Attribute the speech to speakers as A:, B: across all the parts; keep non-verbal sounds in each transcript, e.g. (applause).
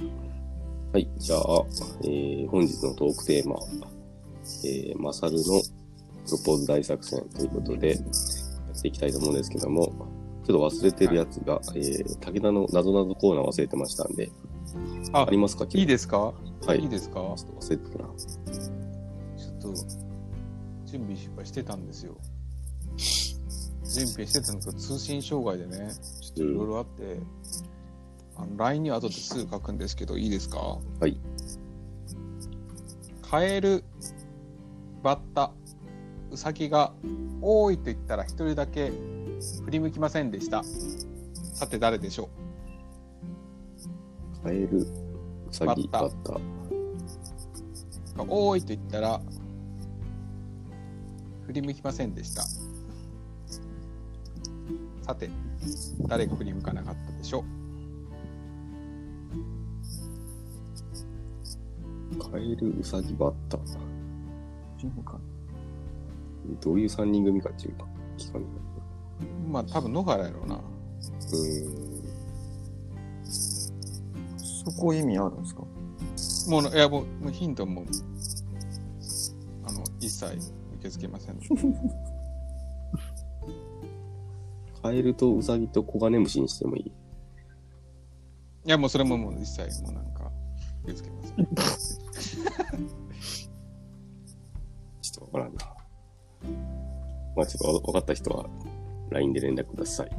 A: はい、じゃあ、えー本日のトークテーマ、えー、マサルのプロポーズ大作戦ということで、やっていきたいと思うんですけども、ちょっと忘れてるやつが、えー、武田の謎々コーナー忘れてましたんで、
B: あ
A: ありますか
B: いい
A: す。
B: ですか、、
A: はいい。
B: い
A: ち
B: ですか
A: ょっと忘れてたな。。
B: ちょっと、準備失敗してたんですよ。準備してたんですけど、通信障害でね、ちょっといろいろあって、あの LINE には後ですぐ書くんですけど、いいですかはいカエル、バッタ、ウサギが、多いと言ったら一人だけ振り向きませんでした。さて誰でしょ
A: カエル、ウサギ、
B: バ
A: バ
B: ッ
A: ッタ。
B: うが多いと言ったら、振り向きませんでした。さて、誰が振り向かなかったでしょ
A: カエル、ウサギ、バッタ。
C: ジムか。
A: どういう3人組かっていうか、期間
B: うまあ、多分野原やろうな。
C: そこ意味あるんですか
B: もう、いや、もう、もうヒントも、あの、一切受け付けません。
A: カエルとウサギとコガネムシにしてもいい。
B: いや、もうそれももう一切、もうなんか、受け付けません。
A: ちょっとわからんな。まあちょっとわかった人は LINE で連絡ください。っ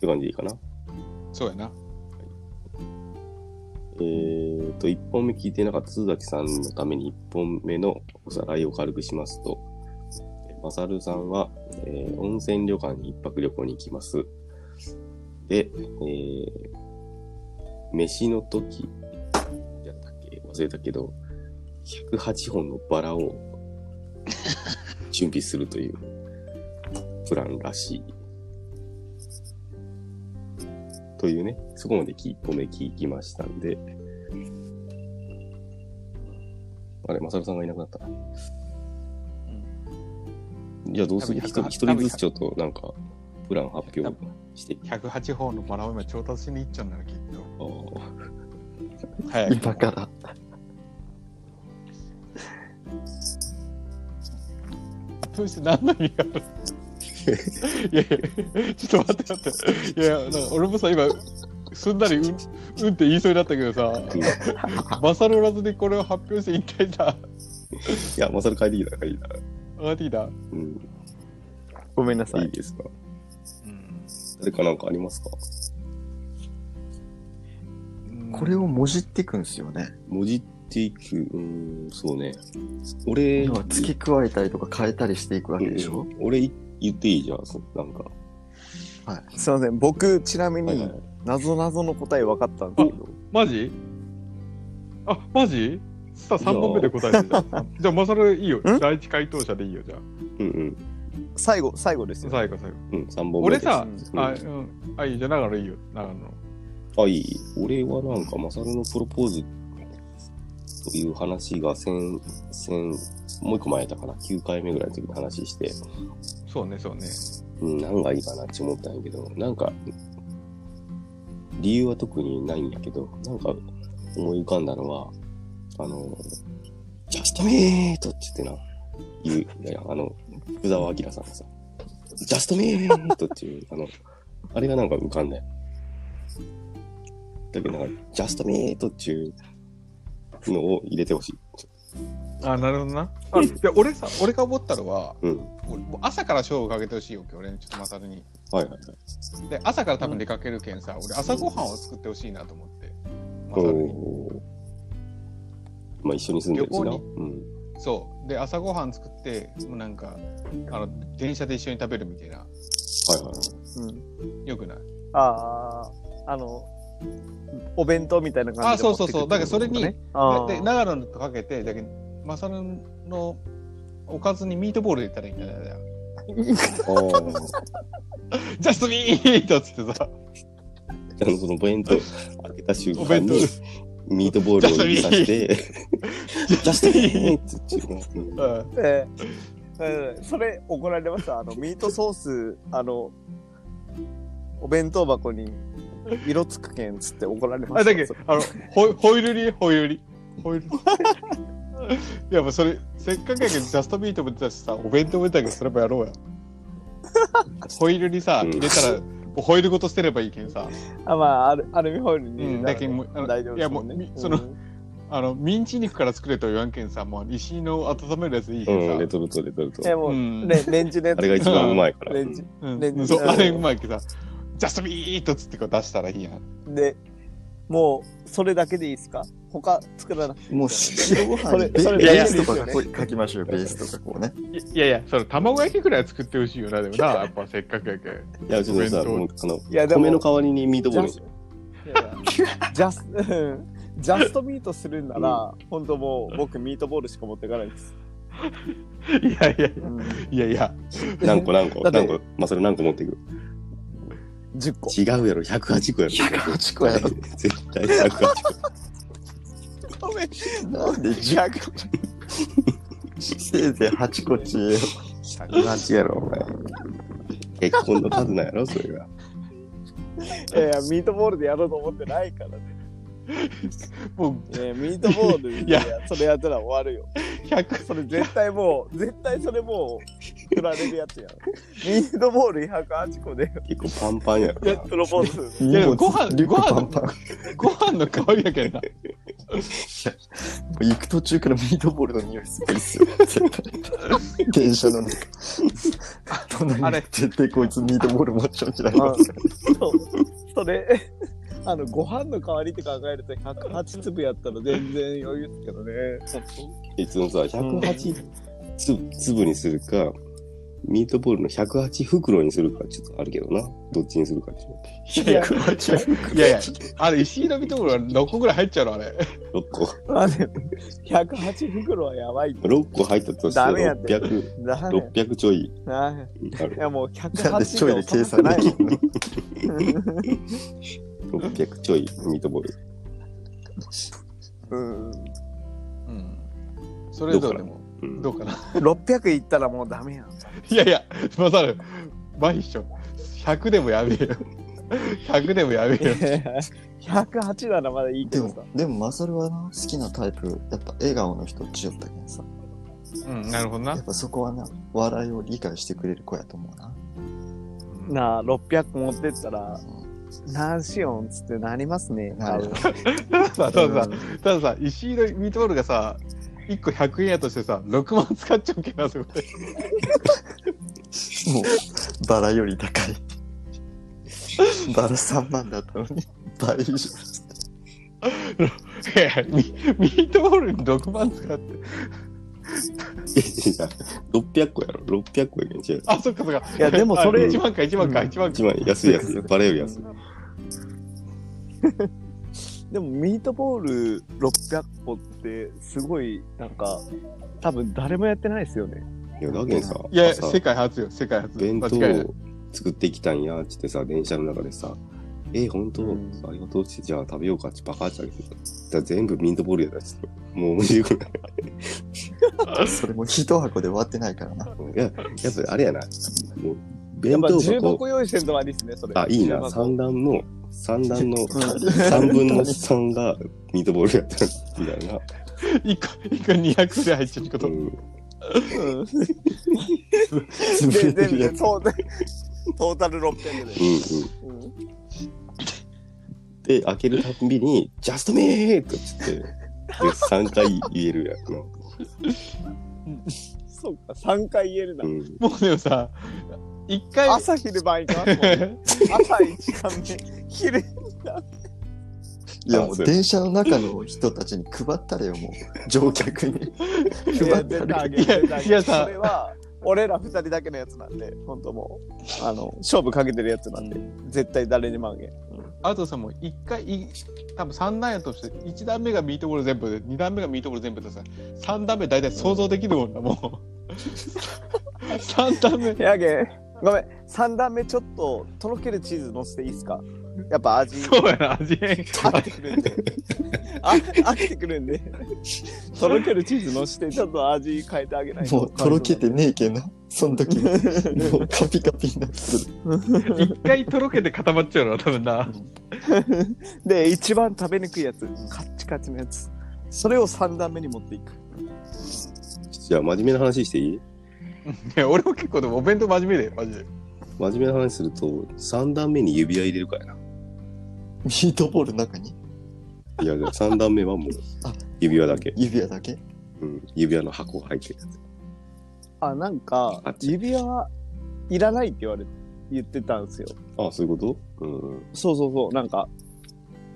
A: て感じでいいかな。
B: そうやな。
A: えーと、1本目聞いてなかった鈴崎さんのために1本目のおさらいを軽くしますと、えーマサルさんは、えー温泉旅館に一泊旅行に行きます。で、えー飯の時、やったっけ忘れたけど、108本のバラ
B: (laughs)
A: を準備するというプランらしい。というね、そこまで1本目聞きましたんで、あれ、マサルさんがいなくなった。じゃあどうする
B: 多分
A: 一人一人ずつちょっとなんか、プラン発表していき
B: 108本のバラを今調達しに行っちゃうんだな、きっ
A: あ
B: と。
A: ー
B: 早く。
C: 今から。
B: どうして何の意味があるいやいや、ちょっと待って待って。いや、なんか俺もさ、今、すんなりうん、うんって言いそうになったけどさ、
A: うん
B: バサロラズでこれを発表して引退だ。
A: いや、マサル帰ってきたからいいな。
B: 上がってきた。う
A: うん。
C: ごめんなさ
A: いい
C: い。
A: ですか。
B: ん。
A: 誰かなんかありますか
C: これをもじっていくんですよね。
A: 文字っていく、うん、そうね。俺、
C: 要は付け加えたりとか変えたりしていくわ
A: う
C: け
A: ん
C: でしょ、
A: 俺い言っていいじゃん、そなんか。
C: はい。すいません。僕、ちなみ
A: はいは
C: に
A: い、
C: 謎謎の答え分かったんですけど。
B: マジあ、マジさあ3本目で答えてるじゃん。
A: (laughs)
B: じゃあ、マサルいいよ。
C: ん
B: 第一回答者でいいよ、じゃあ。
A: うんうん。
C: 最後、最後ですよ。
B: 最後、最後。
A: うん、3本目
B: 俺
A: です
B: さ、
A: うん
B: あ、うん。あ、いいじゃあ、長野いいよ。長野。
A: あ、いい。俺はなんか、マサルのプロポーズという話が先、先、もう一個前だから、9回目ぐらいの時に話して、
B: そうね、そうね。
A: うん、何がいいかなって思ったんやけど、なんか、理由は特にないんやけど、なんか思い浮かんだのは、あの、ジャストミートって言ってな、言う、いや、あの、福沢明さんがさ、ジャストミートっていう、あの、あれがなんか浮かんだよ。だけどなんか、ジャストミートっていうのを入れてほしい。
B: あ、なるほどな。あいや、俺さ、俺が思ったのは、
A: うん。
B: 俺もう朝から勝負かけてほしいよ、今日俺にちょっとマサルに。
A: はいはいはい。
B: で、朝から多分出かけるけんさ、俺朝ごはんを作ってほしいなと思って、マサルに。
A: おーまあ一緒に住んでるしな。
B: 旅
A: うん。
B: そう。で、朝ごはん作って、もうなんか、あの、電車で一緒に食べるみたいな。
A: はいはいはい。
D: うん、
B: よくない
D: あああのお弁当みたいな感じで
B: あそうそうそうだからそれに
D: あ
B: で、長野のとかけて、だけど、マサルのおかずにミートボール入れたらいいんじゃないだよ。
A: ああ。
B: ジャスミートっつって
A: あ
B: さ、
A: のその弁当開けた瞬
B: お
A: 間
B: 弁当
A: にミートボールを指さして、ジャスティンって言ってるの
B: うん
D: ええそれ怒られましたあのミートソースあのお弁当箱に色つくけんっつって怒られま
B: あ、
D: し
B: だ
D: た
B: っけ、あの、ほ、ほいるり、ほいるり。ほいるり。 (laughs) やっぱそれ、せっかくやけど、ジャストミートも出たしさ、お弁当も出たけど、それもやろうや。ホイールにさ、
A: うん
B: 入れたら、もうホイールごと捨てればいいけんさ、
D: あまあアルアルミホイル
B: う
D: に
B: んだけんもうあの
D: 大丈夫ですもんね
B: いやもうみ
D: うん
B: そのあの、ミンチ肉から作れとは言わんけんさ、もう石の温めるやつでいいけ
A: うん、レ
B: んさ、
A: トルト、レトルト
D: い。やもう、
B: うん
D: ねレンジで
A: あれが一番うまいから。
D: レンジ
B: うん
D: レンジ
B: そう、あれうまいけどさ、ジャストミートっつってこう出したらいいやん。
D: でもうそれだけでいいですか他作らなくていい
C: もう
D: で
B: (laughs)
D: す
C: 白ご
D: そ
C: 飯
D: れ
C: にベ
D: それ
C: ベースとか
D: ベースですよ
C: こう書きましょう、ベースとかこうね。
B: いやいや、その卵焼きくらいは作ってほしいよな、でもな、やっぱせっかくやけん。
A: いや、うちのさ、
B: お弁当
A: もうあの
D: いやでも
A: 米の代わりにミートボールにしよ
D: かジャスうんジャストミートするんなら、本当もう僕ミートボールしか持っていかないです
B: いやいやい
C: うん
B: や、いやいや。
A: う何個何個
D: だって
A: 何個まあそれ何個持っていく
D: 10個
A: 違うやろ、108個やろ。
C: 108個やろ。
A: 絶対108個。
C: なんで10個せいぜい8個ちえよ。108やろ、お前。
A: 結婚の数なんやろ、それが。
D: いやいやミートボールでやろうと思ってないからね
B: も
D: いやミートボール
B: い
D: で
B: や
D: それやったら終わるよ
B: う100
D: それ絶対もう絶対それもう振られるやつやんミートボール108個で
A: 結構パンパンやろな。
D: プロポーズする
B: やでもご飯
C: リュック
B: ご飯
C: パンパン。も
B: ご飯の代わりやけんな。
C: う行く途中からミートボールの匂いすごいっすよ。絶
B: (laughs)
C: 対電車の中。隣に
B: あれ
C: 絶対こいつミートボール持っちゃうんじゃないか。
D: そうそれあのご飯の代わりって考えると108粒やったら全然余裕ですけどね
A: いつもさ、108つ粒にするか、ミートボールの108袋にするか、ちょっとあるけどな。どっちにするかでしょ。
D: いや
B: いやいや、あれ石井の見ところは6個ぐらい入っちゃうの、あれ。
A: 6個。
D: あれ108袋はやばいって
A: 6個入ったとした
D: ダメや
A: ら
D: って
A: 600、
D: なる
A: 600ちょい
D: なる
A: あ
D: い
A: る。
D: やもう
C: なんでちょい
D: 108
C: で
D: で
C: 計
D: 計
C: 算
D: 算
C: で
D: ない
C: きるの
A: 600ちょいミートボール。
D: う
B: う
D: ん
B: ん。それぞれでも、
A: うん
B: どうかな。 (laughs)
D: 600いったらもうダメやん
B: いやいや、まさる、麻痺っしょ。100でもやべえよ。100でもやべえよ。
D: 108ならまだいいけ
C: で
D: どさ
C: も、でも、マサルはな、好きなタイプ、やっぱ笑顔の人っちよったけんさ。
B: うん、なるほど
C: や
B: な
C: っ。ぱそこはな、笑いを理解してくれる子やと思うな。
D: なあ600持ってったら何しよんっつってなりますね
C: なるほど
B: たださ、 (laughs) たださ
C: う、
B: たださ、石井のミートボールがさ、1個100円やとしてさ、6万使っちゃうけどな、 (laughs) そこで。
C: もう、バラより高い。バラ3万だったのに、倍以
B: い
C: 上。
B: やいやミミートボールに6万使って。
A: いやいや600個やろ。600個やけん違う。
B: あ、そっかそっか。
D: いやでもそれ
B: あ1万か、1万か、1万か
A: 一。番安いやつ。バレ (laughs) より安い。
D: でもミートボール600個ってすごいなんか多分誰もやってないですよね。
A: いや、だけんさ、
B: いや、
A: 朝
B: 世界初よ、世界初。
A: 弁当
B: 間違いない。
A: を作ってきたんやっつってさ電車の中でさ「え本当、
D: うん
A: ありがとう」ってじゃあ食べようかってバカってあげてたじゃあ全部ミートボールやったちょっともう面白くない
C: それも一箱で割ってないからな。
A: いややっぱあれやなもう弁
D: やっぱ
A: 当
D: 15
A: 箱
D: 個用意してるのはいいですね、それ。
A: あいい
D: 15
A: な
D: 個
A: 三段の三段
D: (laughs)
A: の3分の3がミートボールやったみたいな、
B: 一個、一個200で入っちゃうっ
A: う
B: てこと。
A: ん、
D: うん
C: 潰
D: で、
C: れて
D: 全
C: る
D: 部
C: や
D: で
C: つ。
D: トータルトータル600で
A: う。んうん
D: うん
A: で開けるたんびに「ジャストミート!」っつってで3回言えるやつな、
D: そうか、3回言えるな
A: う。ん、
B: もうでもさ、一回、
D: 朝昼晩行きますもんね。朝1時間目、昼。
C: いや、もう電車の中の人たちに配ったれよ、もう。乗客に。
D: いや、出たあげる、出たあげる。
B: いやさ
D: それは、俺ら2人だけのやつなんで、本当もう、あの、勝負かけてるやつなんで、絶対誰にもあげん。
B: あとさ、もう一回、い多分三段やとして、一段目がミートボール全部で、二段目がミートボール全部でさ、三段目大体想像できるもんな、もう。三段目。
D: やげん、ごめん、3段目ちょっと、とろけるチーズ乗せていいっすかやっぱ味。
B: そうやな、味変。
D: 飽きてくるんで。あ飽きてくるんで。とろけるチーズのして、ちょっと味変えてあげないと。
C: もう、とろけてねえけんな。その (laughs) 時、もうカピカピになってる。
B: 一回とろけて固まっちゃうの、多分な。
D: で、一番食べにくいやつ、カッチカチのやつ。それを3段目に持っていく。
A: じゃあ、真面目な話していい
B: いや俺も結構でもお弁当真面目でマジで
A: 真面目な話すると、3段目に指輪入れるからな。
C: ミートボールの中に
A: いや、3段目はもう
C: あ、
A: 指輪だけ。
C: 指輪だけ
A: うん、指輪の箱が入ってるやつ。
D: あ、なんか
A: あっ、ち
D: 指輪はいらないって言われ、言ってたんですよ。
A: ああ、そういうことうん。
D: そうそうそう、なんか、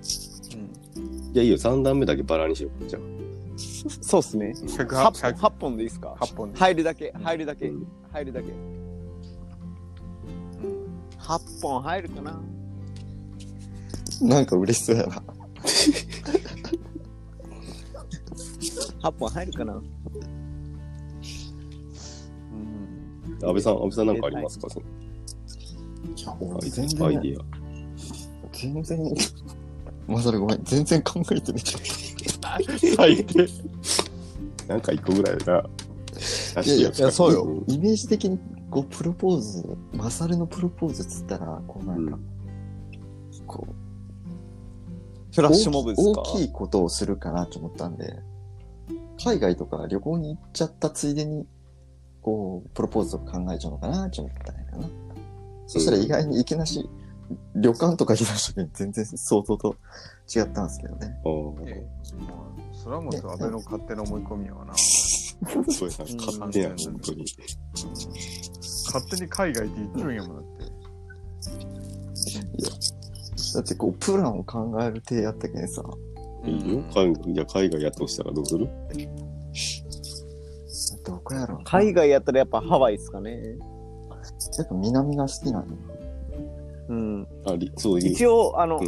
A: じゃあいいよ、3段目だけバラにしよう。じゃあ。
D: そうっすね。
B: 100 100
D: 8本、八本でいいですか
B: 8本で、
D: 入るだけ、入るだけ
A: う、ん
D: 入るだけ。
B: うん
D: 8本入るかな
C: なんか嬉しそうやな。
D: ?8 本入るかな
B: うん
A: 安倍さん、安倍さんなんかありますかその
C: いや、
A: ア
C: 俺
A: イ
C: 全
A: アイデ
C: 然、
A: ィア。
C: 全然、 (laughs) まさるごめん、全然考えてなかった。最低。
A: なんか一個ぐらいだな。
C: いやいやいやそうよ
A: ん
C: イメージ的に、こう、プロポーズ、マサルのプロポーズっつったら、こうなんか、こう、
D: フラッシュモブですか
C: 大きい大きいことをするかなと思ったんで、海外とか旅行に行っちゃったついでに、こう、プロポーズを考えちゃうのかなと思ったんやな。そしたら意外にいきなし、旅館とか行き出した時に全然想像と違ったんですけどね。
A: あー
B: いやまあそれはもう安倍の勝手な思い込みやわな
A: そうやな、勝手やな、本当に。
B: 勝手に海外って言ってるんやもんだって
C: だってこう、プランを考える手やったけんさ、
A: いいよ。海外じゃあ海外やっとしたらどうする
C: どこやろうな
D: 海外やったらやっぱハワイですかね。
C: やっぱ南が好きなの。
D: うん。
A: あ、りそういう。
D: 一応、あの
A: う、ん。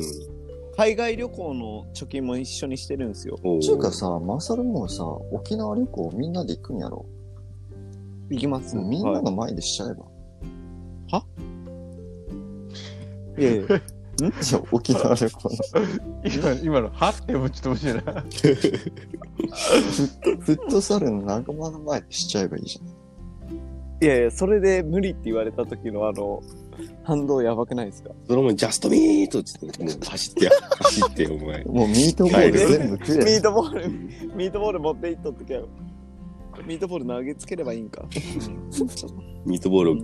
D: 海外旅行の貯金も一緒にしてるんですよ。
A: おー
C: ちゅうかさ、マサルもさ、沖縄旅行みんなで行くんやろ。
D: 行きます
C: もうみんなの前でしちゃえば。
D: い (laughs) やいや
C: いや、沖縄旅行の。
D: (laughs)
B: 今今の「は?」ってもちょっと面白いな
C: フットサルの仲間の前でしちゃえばいいじゃん。
D: いやいや、それで無理って言われた時のあの、反動やばくないですか
A: (laughs) その前にジャストミートって言って、もう走
B: (laughs)
A: ってや、走ってよ、お前。
C: もうミートボール全部食
D: ミ
C: え
D: ートボール、ミートボール持っていっとってけよ。ミートボール投げつければいいんか。
A: ミートボールを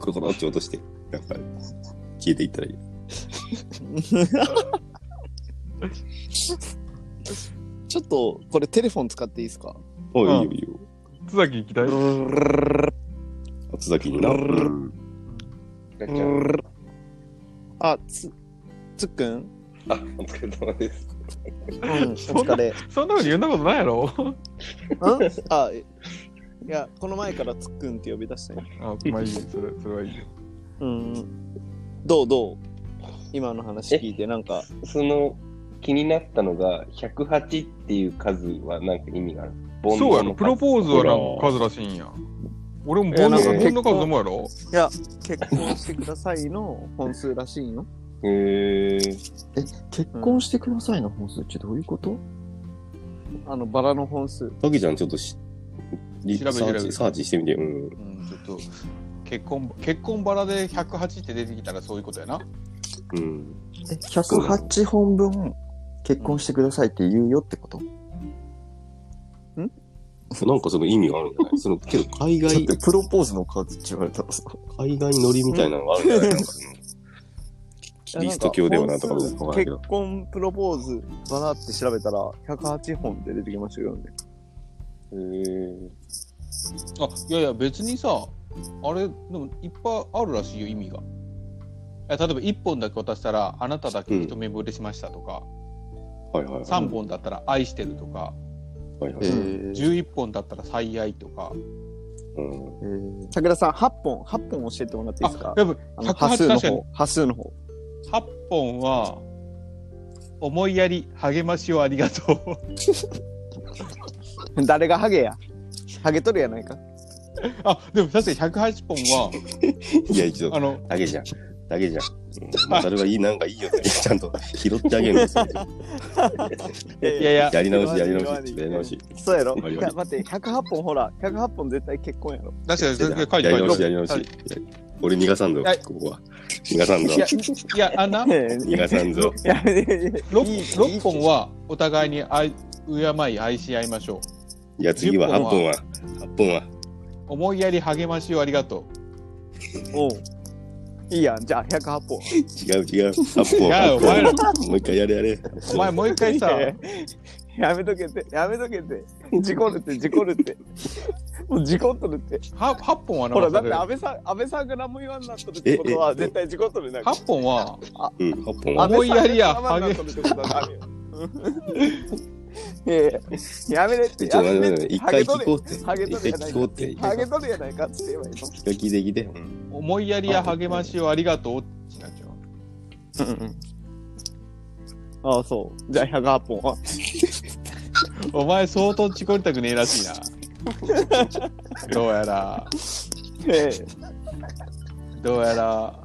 A: コロコロって落として、なんか、消えていったらいい。
D: ちょっと、これテレフォン使っていいですか
A: お
B: うん
A: いいよいいよ。
B: 津崎行きたい
A: 厚崎にな。うん
D: あ、つ、つっくん
A: あ、お疲れ様です。
D: (laughs) うん、お疲れ。ん
B: そんなこと言うんなことないやろ
D: あ、 (laughs) いや、この前からつっくんって呼び出したよ。
B: (laughs) あまあいいよそれそれはいいよ
D: うん。どうどう今の話聞いて、なんか、
E: その気になったのが108っていう数はなんか意味がある。ボン
B: そう
E: ボ
B: や
E: ン
B: ろ
E: の数
B: プロポーズはなんか数らしいんや俺も
D: いや
B: ボン
D: な
B: の
E: んか
B: 数
D: 結
B: の
D: 構
B: 数もやろ
D: いや、結婚してくださいの本数らしいよ。
E: へー
C: え、結婚してくださいの本数ってどういうこと、
D: あの、バラの本数。
A: たけちゃん、ちょっとし、リ
B: 調べて
A: サー
B: 調べて
A: チサーチしてみて。うん。
B: うんちょっと結婚結婚バラで108って出てきたらそういうことやな
A: うん。
C: え、108本分結婚してくださいって言うよってこと、
A: なんかその意味があるんじゃ (laughs) ないその、けど海
C: だっ
A: 外
C: て、プロポーズの数って言われたらさ、
A: 海外乗りみたいなのがあるんじゃないなんかその、キリスト教ではなんとかもわかんないけ
D: 結
A: ど。
D: 婚プロポーズバラって調べたら108本って出てきましたよね。
E: へー
B: あいやいや別にさあれでもいっぱいあるらしいよ意味がいや例えば1本だけ渡したら「あなただけ一目惚れしました」とか、
A: はいはいはい。
B: 3本だったら「愛してる」とか、
A: はいは
C: え
A: い。
C: ー
B: 11本だったら「最愛」とか
A: うん。
C: えー
D: 桜さん、8本、8本教えてもらっていいですか
B: あやっ
D: あ
B: ぱ
D: の、端数
B: 108
D: の
B: 確かに
D: 方、端数の方。 (laughs)
B: 8本は「思いやり励ましをありがとう
D: 誰がハゲやハゲとるやないか。」
B: (laughs) あでも確かに108本はい
A: や、一度
B: あ、の
A: だけじゃん。だけじ
B: (laughs)
A: ゃん。うんマサルがいい、なんかいいよって、ちゃんと拾ってあげるんですよ。
D: いや
B: いやいや
A: やり直し、やり直し、やり直し。
D: そうやろ
A: あり
D: い
A: が
D: や
A: と
D: 待って、108本ほら、108本絶対結婚やろ。
B: 確かに書いて
A: や
B: 書い
A: り直し、
B: て
A: やり直し。俺逃がさんぞ
B: はい、
A: ここは。逃がさんぞ
B: い。や、いや、あん
D: (laughs)
B: な、6,
A: 逃がさんぞ。
D: やめて
B: 六本はお互いに愛敬い愛し合いましょ
A: いや、次は8本は。8本は。
B: う。思いやり励ましをありがと
D: おういいやんじゃあ108本
A: 違う違う。8
B: う。い
A: 本
B: や、お前ら
A: は。、もう一回やれやれ。
B: お前もう一回さ、
D: やめとけってやめとけって事故るって事故るってもう事故っとるって
B: は8本はな
D: ほ
B: からった
D: だっ
B: けど
D: て安倍さん安倍さんが何も言わんなっとるってことは
A: ええ
D: 絶対事故っとるなんか
B: 8本は、
A: うん、8本
D: 安
A: は。
D: 倍さん
B: 思いやりや
D: が我慢なっとるってことはあるよいやいややめれって
A: ちょ
D: や
A: っと
D: め
A: 待
D: れ
A: っ
D: って
A: 待って一
D: て
A: 回
D: ハ
A: 聞
D: ゲ
A: ことうって。一
D: ハゲ取れ
A: 回聞こうって。
D: る
A: 一
D: ハ
A: 回
D: ゲとるやないかって言えばいいの
A: 聞いて聞いて。
B: 思いやりや励ましをありがとうってなっちゃう。
D: ああそうじゃあ108本は
B: お前相当チコりたくねえらしいな。どうやら、
D: え
B: どうやら。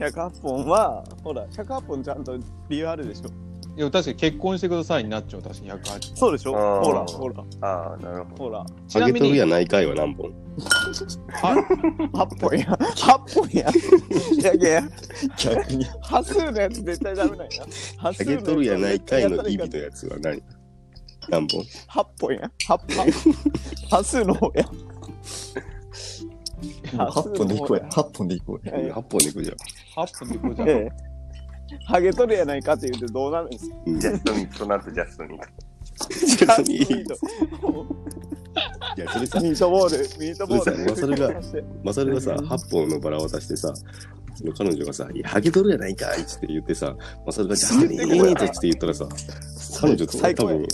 D: え108本はほら108本ちゃんと理由あるでしょ
B: いや、確かに結婚してくださいになっちゃう、確かに108。
D: そうでしょ
E: あー
D: ほらほら
E: ああ、なるほど。
D: ほら
B: ちな
A: ハゲ
B: み
A: とる
B: に、
A: やないかいは何本
B: は
D: 8本や8本やいやいや
A: 逆に。
D: 波数のやつ絶対ダメなんや波
A: ハ
D: 数
A: ゲとるやないかいの意味の
D: で
A: やつは何何本
D: 8本や8本波数の方や
C: 8本でいこうや。8本でいこうや。
D: え
A: ?8 本でいくじゃん。
B: 8分でこうじゃん。
D: ええハゲとるやないかって言うてどうなるんですか
A: うん
E: ジャストミート、その後ジャストミート。
A: 別に
D: ミート
A: いや、それさ、
D: ミートボールミートボール
A: それさママサルがさ、8本のバラ渡してさ、その彼女がさ、いや、ハゲとるやないかいって言ってさ、マサルがジャスミンいいねって言ったらさ、彼女
D: 最
A: 多
D: 高や
A: 分、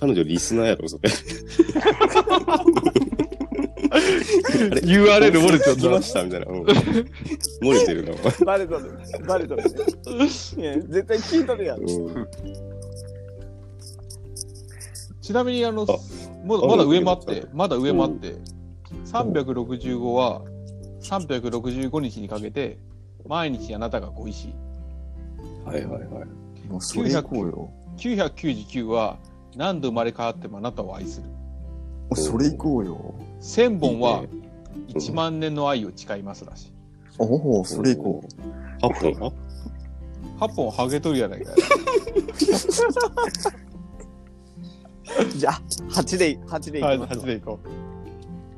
A: 彼女リスナーやろ、それ。
B: URL 漏れちゃっ
A: 聞きま
B: た。
A: したみたいな。うん漏れてるな、お前
D: バレとるバレとるねいや絶対聞いとるやん
A: うん
B: ちなみに、あの
A: あ、
B: まだまだ
A: あ
B: 上もあって
A: う、
B: まだ上もあって、365は365日にかけて、毎日あなたが恋しい。
A: はいはいはい。
C: もうそれいこうよ。
B: 999は何度生まれ変わってもあなたを愛する。
C: もうそれいこうよ。
B: 1000本はい
A: い
B: 1万年の愛を誓いますらしい。
C: おお、それいこう。
A: 8本は
B: 8本ハゲとるやないかい。
D: じゃあ8で8でいき
B: は
D: ま
B: い、
D: す
B: 8でいこ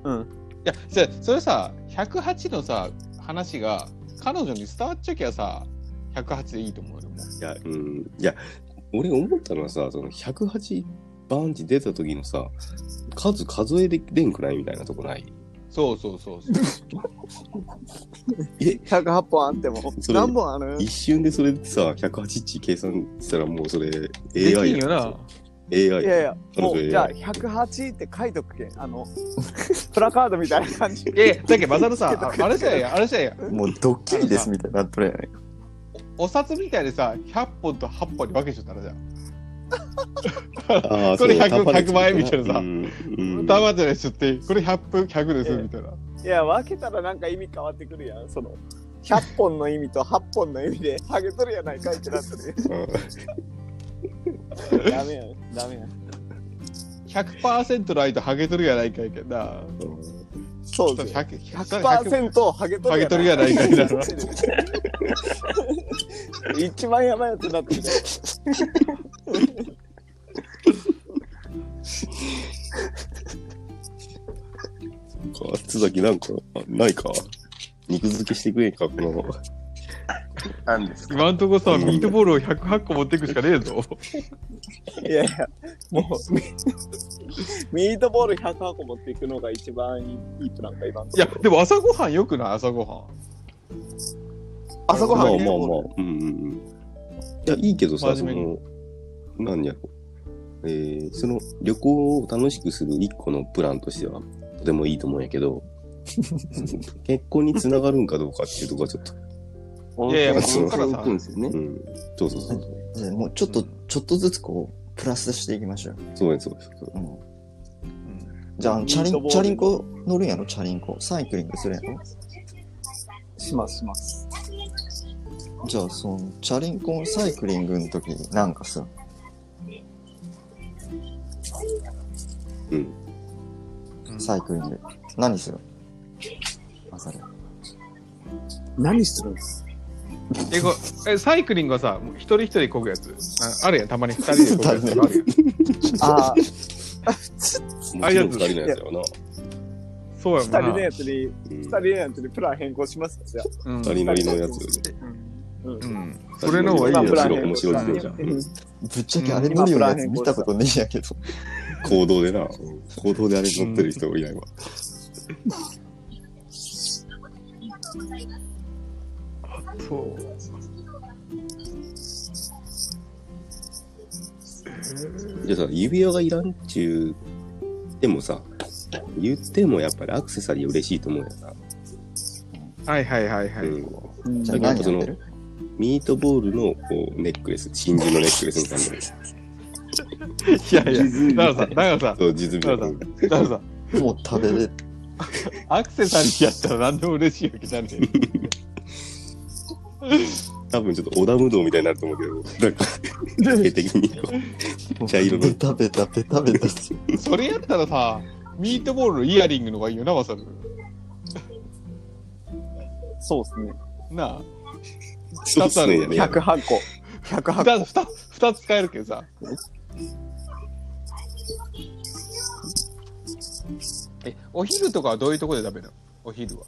B: う。
D: うん
B: いや、じゃあそれさ、108のさ、話が、彼女に伝わっちゃきゃさ、108でいいと思うよ。もう
A: いや、うん。いや、俺思ったのはさ、その108バーンって出た時のさ、数数えれでんくないみたいなとこない
B: そうそうそうそう。
D: 108本あっても
A: それ
D: 何本ある
A: 一瞬でそれでさ、108値計算したらもうそれ AI
B: で
A: や
B: きんよな。
A: AI や
D: いやいや、も
A: 彼
D: う
A: 女
D: じゃあ
A: AI
D: 108って書いとくけん。あの、 (laughs) プラカードみたいな感じ。
B: え、だけど、マサルさん、ああれじゃや、あれじゃや、
C: もうドッキリですみたいになっとるやないか。
B: お札みたいでさ、100本と8本に分けちゃったらじゃん。
A: あー
B: それ
A: う
B: 100
A: タパネ
B: 100万円みたいなさ
A: うんうん
B: たまじゃないしちょって、これ100分100です、みたいな。
D: いや、分けたらなんか意味変わってくるやん。その、100本の意味と8本の意味で、ハゲとるやないかいってなって
B: (laughs)
D: るやん。ダメやん、ダメやん。
B: 100%の間ハゲとるやないかいけどな。
D: そうですよ。
B: 100%、
D: 100%ハゲとる
B: ハゲとるやないかい
D: な
B: な
D: ってる。一番やばいやつになってる。
A: か津崎なんかあないか肉付けしてくれんかこの
E: なんですか
B: 今んとこさ、ミートボールを108個持っていくしかねえぞ。
D: いやいや、もう、ミミートボール100箱持っていくのが一番いいいいプランか、今のと
B: い
D: こ
B: や
D: ろ、
B: でも朝ごはんよくない朝ごは
D: 朝ごはん
A: まあまあまあうんうんうんいやいいけどさそ
B: 真面目
A: の何やろえー、その旅行を楽しくする一個のプランとしてはとてもいいと思うんやけ
B: (laughs)
A: ど結婚につながるんかどうかっていうとこはちょっと、
B: ん。いやいや、
A: そ
B: そうっからさ、
E: んですよね
A: う。ん、そうそうそう
C: じゃあもうちょっと、ちょっとずつこう、プラスしていきましょうよ。
A: そうですそうですそうです
C: うんじゃああの、チャ
D: ミ
C: リ
D: ートボー
C: ン、
D: ル
C: チャリンコ乗るんやろチャリンコ。サイクリングするんやろ
D: しますします。
C: じゃあ、その、チャリンコサイクリングの時になんかさ、
A: うん
C: サイクリング。何するあ、それ。
D: 何するんです
B: えこえサイクリングはさもう一人一人こぐやつああるやんたまに二人でこぐやつとかあるやん
D: ああ、
A: もちろん二人のやつやろな。
B: そうやも
D: 二人
B: ん
D: の
B: な
D: やつに、
A: うん
D: 二人のやつにプラン変更しますよじゃあ
B: うん
A: 二人乗りのやつより。
D: うん
B: うんそれの方がいい
A: まあ
B: よ
A: プラン
B: 白
A: 面白いですよじゃあ
D: うん
C: ぶっちゃけあれ乗るようなやつ見たことねえやけど。
A: 行動でな。行動であれ乗ってる人いないわ。
B: そう
A: じゃあさ、指輪がいらんっちゅう、でもさ、言ってもやっぱりアクセサリー嬉しいと思うよな。
B: はいはいはいはい、
A: うん
D: うん
C: じゃあ何やってる
A: ミートボールのこうネックレス、真珠のネックレスみたいな。
B: いやいやだからさだからさ
A: そう、実
B: だ
A: 物
B: から
A: の
B: さ。だからさ
C: もう食べれ、
B: アクセサリーやったら何でも嬉しいわけじゃねえ
A: 多分ちょっと織田無道みたいになると思うけど、なんか、絵的にこう茶色の
C: ベ。タベタベタベタする。
B: それやったらさ、ミートボールのイヤリングの方がいいよな、まさる。
D: そうですね。
B: なあ、
A: そうっすね、やね。
D: 108個。108
B: 2
D: 個。
B: つ、二つ使えるけどさ。え、お昼とかはどういうとこで食べるのお昼は。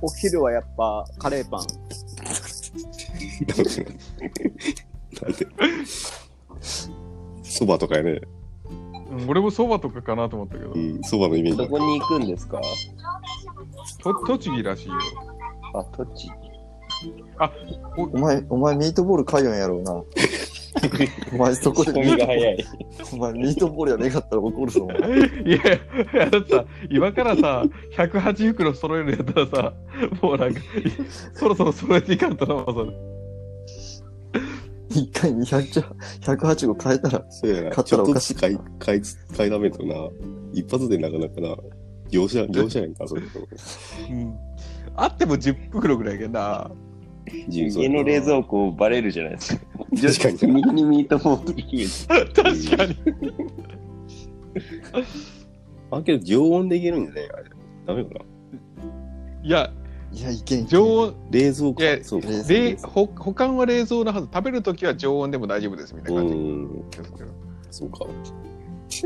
D: お昼はやっぱカレーパン。
A: なんで。そばとかやね。
B: 俺もそばとかかなと思ったけど
A: うん、そばのイメージ
E: ど
A: だ。
E: こに行くんですか
B: 栃木らしいよ。
E: あ、栃木。
C: お前、お前ミートボール買いよんやろうな。お前そこで
E: 仕込みが早い。
C: お前ミートボールやねえかったら怒るぞ。お前
B: いやいや、だってさ、今からさ、108袋揃えるやったらさ、もうなんか、そろそろ揃えていかんとな、まさる。
C: 一回200 108個買えたら、
A: そうやな。
C: 買っ
A: ち
C: たら
A: ょっ
C: お
A: と
C: か
A: ず
C: しい
A: つ買い、買い、買いだめとな。一発でなかなかな。業者、業者やんか、それと。
B: うん。あっても10袋ぐらいやけどな。
A: 自由そう
E: (laughs) 家
A: やな
E: の冷蔵庫バレるじゃないですか。
A: 確か
D: (laughs)
A: に。
E: ミニミートボール決めて。
B: 確かに。
A: あ、けど常温でいけるんじゃねえか。ダメかな。
B: いや、
C: いや、いけんいけん。
B: 常温、
A: 冷蔵庫
B: いや。
A: そうか。
C: 冷
B: 冷
C: 蔵
B: ほ
C: 庫
B: 保管は冷蔵のはず、食べるときは常温でも大丈夫ですみたいうな感
A: ん、
B: じですけど。
A: そうか。
C: な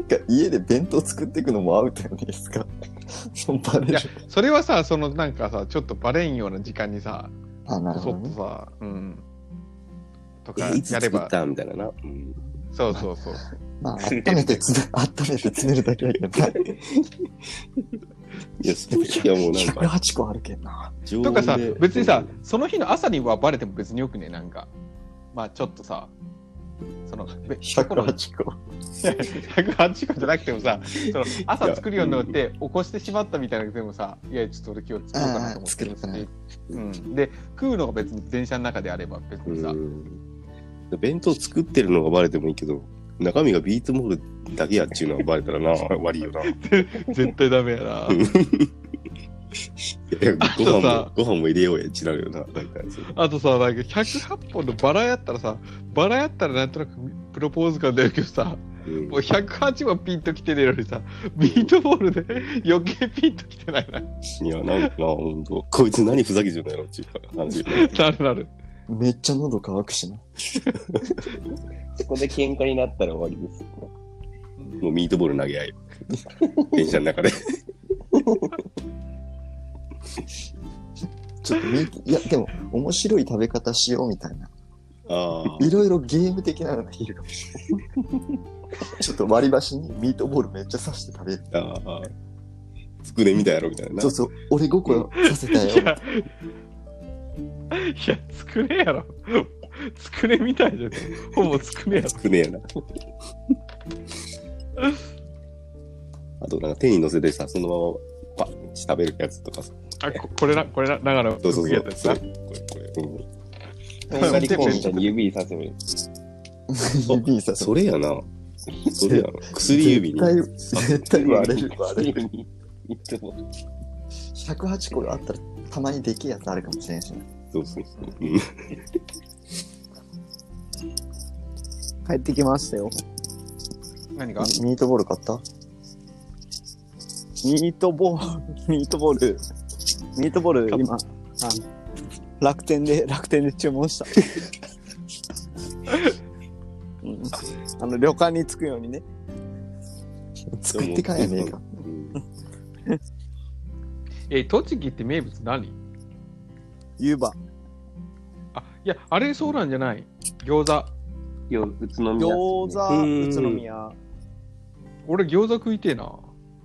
C: んか家で弁当作っていくのもアウトじゃないですか。そうバレ
B: い
C: る
B: や。それはさ、そのなんかさ、ちょっとバレんような時間にさ、
C: あ、なる
B: そ
C: ほど
B: っと
C: ね。
B: さ、うん。とか
A: え、いつ
B: やれ
A: 作っ
B: ば、
A: たみたいなな。うん。
B: そうそうそう。
C: まあ、温めて詰め、温めて詰めるだけだけどな。
A: いや、そういう時はもうなんか、
C: 108個あるけんな。
A: 常温で
B: とかさ、別にさ、その日の朝にはバレても別によくね、なんか。まあちょっとさ、その、べ
C: 108個。
B: 108個じゃなくてもさ、その朝作るようになって起こしてしまったみたいなのでもさ、いや、ちょっと俺今日作ろうかなと思って
C: あー作ろうかな
B: うん、で、食うのが別に電車の中であれば別
A: う
B: にさ、
A: ん。弁当作ってるのがバレてもいいけど、中身がビートモールだけやっちゅうのはバレたらな、悪いよな。い
B: 絶対ダメやな。
A: やご飯
B: あ
A: も、ご飯も入れようやっちなるよな、大体そう。
B: あとさ、なんか108本のバラやったらさ、バラやったらなんとなくプロポーズ感出るけどさ、
A: うん
B: もう108はピンときてねえのにさ、ミートボールで余計ピンときてないな。
A: いや、なんかな、ほんと、こいつ何ふざけちゅうのやろっちゅう話よ
B: (laughs)
A: ね。
B: なるなる。
C: めっちゃ喉乾くしな。
E: そこで喧嘩になったら終わりです。
A: もうミートボール投げ合いよ。電車の中で。
C: ちょっとミートいや、でも、面白い食べ方しようみたいな。
A: ああ。
C: いろいろゲーム的なのがいるかもしれない。ちょっと割り箸にミートボールめっちゃ刺して食べる。
A: ああ。つくねみたいやろみたいな。
C: そうそう、俺5個刺せた
B: い
C: よ。
B: や、いや、つくねやろ。つくねみたいじゃん。ほぼつくねやろ。
A: つくねえな。あと、なんか手に乗せてさ、そのままパッて食べるやつとかさ。
B: あ、ここれな、これな、長野。
A: そうそうそう。
B: やつ
A: そ
B: な
A: れ、これ、これ。うん
E: とんがりコーンみたいに指させばいい。
C: 指に刺す
A: それやな。それやな。薬指に。
C: 絶対、絶対割れる。割れる。
E: ミートボール。
C: 108個あったら、たまにできるやつあるかもしれんしな。
A: そうそうそう。うん
D: 帰ってきましたよ。
B: 何が
C: ミートボール買った
D: ミートボール、ミートボール、ミートボール、今、楽天で、楽天で注文した。うんあの、旅館に着くようにね。
C: 作ってかんやねえか。
A: うん
B: え、栃木って名物何
D: 湯葉。
B: あ、いや、あれそうなんじゃない餃子。
F: よ宇都宮っすね、
A: う
D: 餃
A: ん
D: 子、宇都宮。
B: 俺餃子食いてえな。あ、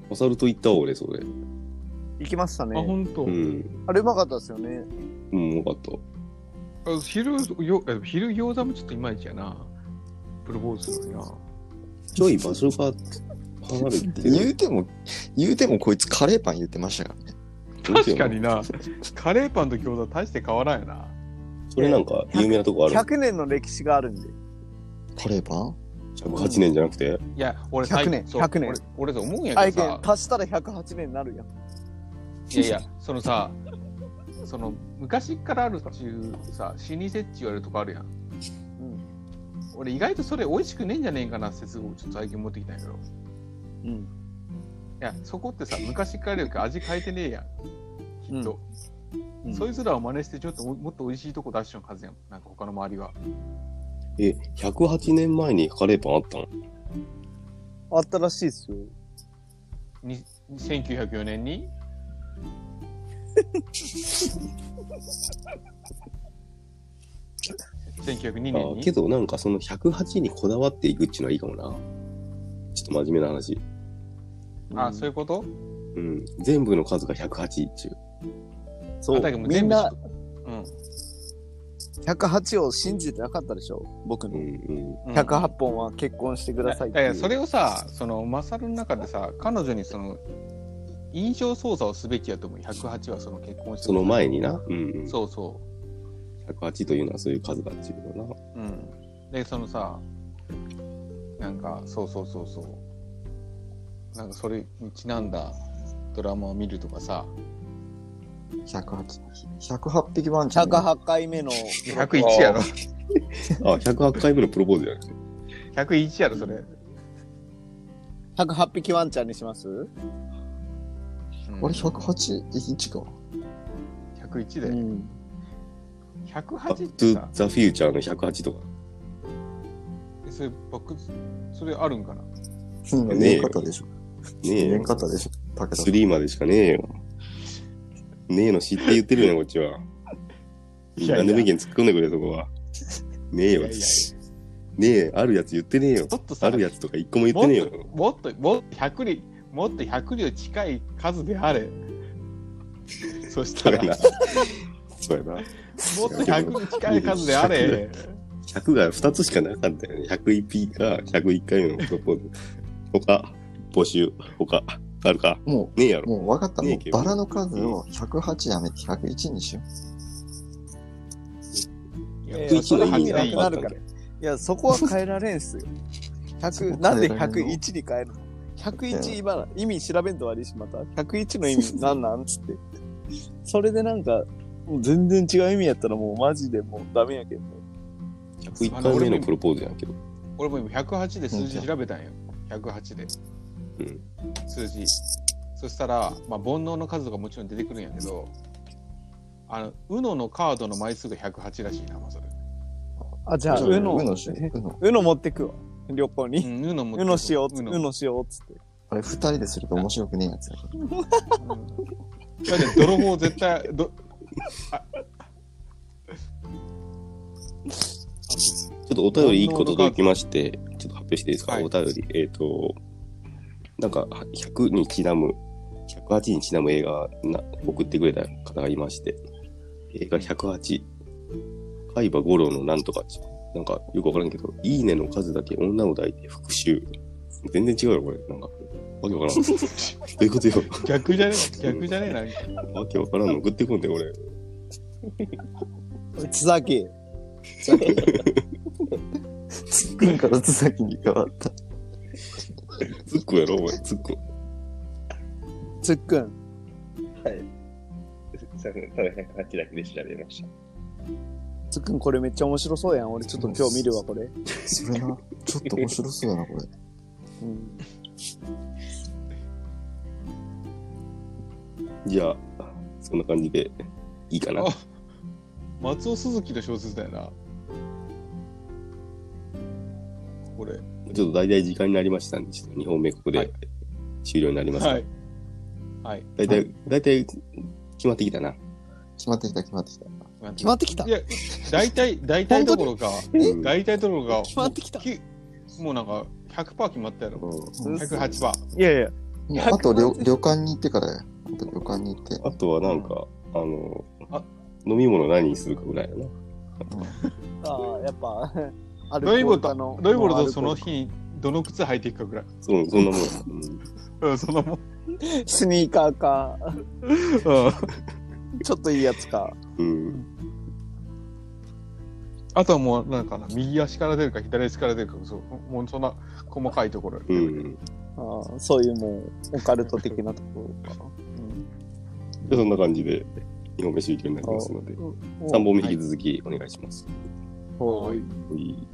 A: マサルと行ったわ俺それ。
D: 行きました
B: ほ
D: ね。
B: んと
A: う。ん。
D: あれうまかったですよね。
A: うん、よかった。
B: あ昼よ、え昼餃子もちょっといまいちやな。プロポーズするのにな。
A: ちょい場所が離れて
C: 言うても、言うてもこいつカレーパン言ってましたからね。
B: 確かにな。カレーパンと餃子大して変わらんよな。
A: それなんか有名なとこある
D: 100年の歴史があるんで。
C: カレーパン
A: 108年じゃなくて
B: いや、俺
D: 100
B: 最
D: 年
B: そう
D: 100年
B: 俺、俺そう思うんやけ
D: 愛
B: どさ
D: 犬、。足したら108年になるやん。
B: いやいや、そのさ、その昔からあるっていうさ、老舗って言われるとこあるやん。
D: ん
B: 俺、意外とそれ美味しくねえんじゃねえかなって説をちょっと最近持ってきたんやけど。い
D: うん。
B: や、そこってさ、昔からより味変えてねえやん。きっと。
D: うん
B: そいつらを真似して、ちょっとももっと美味しいとこ出しちゃうはずやん。なんか他の周りは。
A: え108年前にカレーパンあったの
D: あったらしいですよ。
B: に1904年
D: (laughs)
B: に1902年
A: あ
B: に
A: けどなんかその108にこだわっていくっていうのはいいかもなちょっと真面目な話
B: あ、そういうこと
A: うん全部の数が108っちゅう
B: あ
A: そう
B: だけど
D: みんな
B: うん。
D: 108を信じてなかったでしょ僕
A: う
D: の。
A: んうん
B: うん
D: 108本は結婚してくださいって
B: だ
D: い
B: か
D: う
B: らそれをさそのマサルの中でさ彼女にその印象操作をすべきやと思う108はその結婚して
A: その前になうんうん
B: そうそ
A: 108というのはそういう数だっちゅうのな
B: ううんでそのさなんかそうそうそうそうなんかそれにちなんだドラマを見るとかさ
C: ?108、108匹ワンちゃんが。
D: 108回目の。
B: 101
F: やろ
A: あ108回目のプロポーズじゃな
B: (laughs)
A: くて
B: 101やろそれ、
D: 108匹ワンちゃんにします
B: うん
C: 俺108、1か。
B: 101
D: う
B: で
D: ん。
A: バ
B: 108
A: ッ
B: っ
A: ト
B: て
A: ゥ
B: さ
A: ザフューチャーの108とか
B: えそれバックそれあるんかな
C: うん、
A: ねえ
C: 言え方でしょ。
A: ねえ
C: 言え
A: よ
C: 方でしょ。武田さん。
A: 3までしかねえよねえの知って言って
B: (laughs)
A: るよねこっちは何でも意見突っ込んでくれそこはねえよ
B: いやいやいや
A: ねえあるやつ言ってねえよ
B: ちょっとさ
A: あるやつとか一個も言っ
B: も
A: て
B: っ
A: ねえよ
B: ともっともっと100にもっと100に近い数であれそし
A: (laughs)
B: た
A: だ
B: ら
A: から
B: も (laughs) っ
A: そうやな
B: と100に近い数であれ
A: 100が2つしかなかったよね 101P か101回のプロポーズ他募集他あるか
C: も
A: ねえや
C: う、
A: ろ
C: もう分かった。
A: ね
C: も
A: えけ
C: う
A: ど
C: バラの数を108やめて101にしよ
A: 101の意味
D: い
A: が分
D: やいや
A: かった
D: なる
A: ん
D: か
A: だ
D: らいや、そこは変えられんすよ。
C: そ
D: 100
C: こ
D: なんで
C: 変えられんの
D: 101に変えるの ?101 今の意味調べんと悪いし、また。101の意味なんなんつって。それでなんか、もう全然違う意味やったらもうマジでもうダメやけどね。
A: 101回目のプロポーズやんけど
B: 俺も今108で数字調べたんよ108で、
A: うん
B: 数字そしたら、まあ、煩悩の数とかもちろん出てくるんやけどあの UNO のカードの枚数が108らしいなまさる
D: あ、じ
C: う。
D: ゃあ、
C: じゃあ
D: うの、
C: うのしよう。うの。
D: うの持ってくわ。旅行
B: う
D: に。
B: ん UNO も
D: うのしようっつ、う
B: UNO
D: のしようっつって。
C: あれ、二人ですると面白くねえやつやから。
B: うんだって泥棒絶対ど
A: ちょっとお便り1個届きまして、ちょっと発表していいですか、
B: はい
A: お便り。えっ、と、なんか、100にちなむ、108にちなむ映画な送ってくれた方がいまして、映画108、海馬五郎のなんとかち、なんかよくわからんけど、いいねの数だけ女を抱いて復讐。全然違うよ、これ。なんか、わけわからん。どういうことよ。
B: 逆じゃね逆じゃねえなんか
A: わけわからんの送ってこんで、俺。
D: 津崎。
C: つっくんからつさきに変わった。
A: つっこやろ、お前。つっこ。
D: つっくん。
F: さただ108だけで調べました。
D: つっくんこれめっちゃ面白そうやん。俺ちょっと今日見るわ、これ。
C: それな、ちょっと面白そうやな、これ。
D: うん。
A: じゃあ、そんな感じで、いいかな。
B: あ松尾鈴木の小説だよな。これ。
A: ちょっと大体時間になりましたんで、ちょっと2本目ここ
B: は
A: で
B: い
A: 終了になりますが、
B: はい。はい。
A: 大体、大体決まってきたな。
C: 決まってきた、決まってきた。
G: 決まってきた
B: いや、大体、大体どころか、
A: うん
B: 大体どころか、
G: 決まってきた
B: きもうなんか100%決まったやろ。
A: うん
B: 108%。
D: いやいや、
C: もう
D: 100
C: あと旅旅館に行ってからや。あと旅館に行って。
A: あとはなんか、あの
B: あ
A: 飲み物何にするかぐらいやな。
G: ああ、やっぱ、ア
B: どういうこと
G: の
B: どういうこととその日にどの靴履いていくかぐらい。
A: そうそんなもん。うん
B: うん、そんなもん。
G: スニーカーか、
B: うん
G: ちょっといいやつか。
A: うん、
B: あとはもう、なんかな、右足から出るか左足から出るか、そう、もうそんな細かいとこ (laughs) ろ。
A: うん。
G: あーそういうもう、オカルト的なところか。
A: でそんな感じで、2本目終了になりますので、
G: うん
A: 3本目引き続きお願いします。
B: は
A: は
B: い。
A: い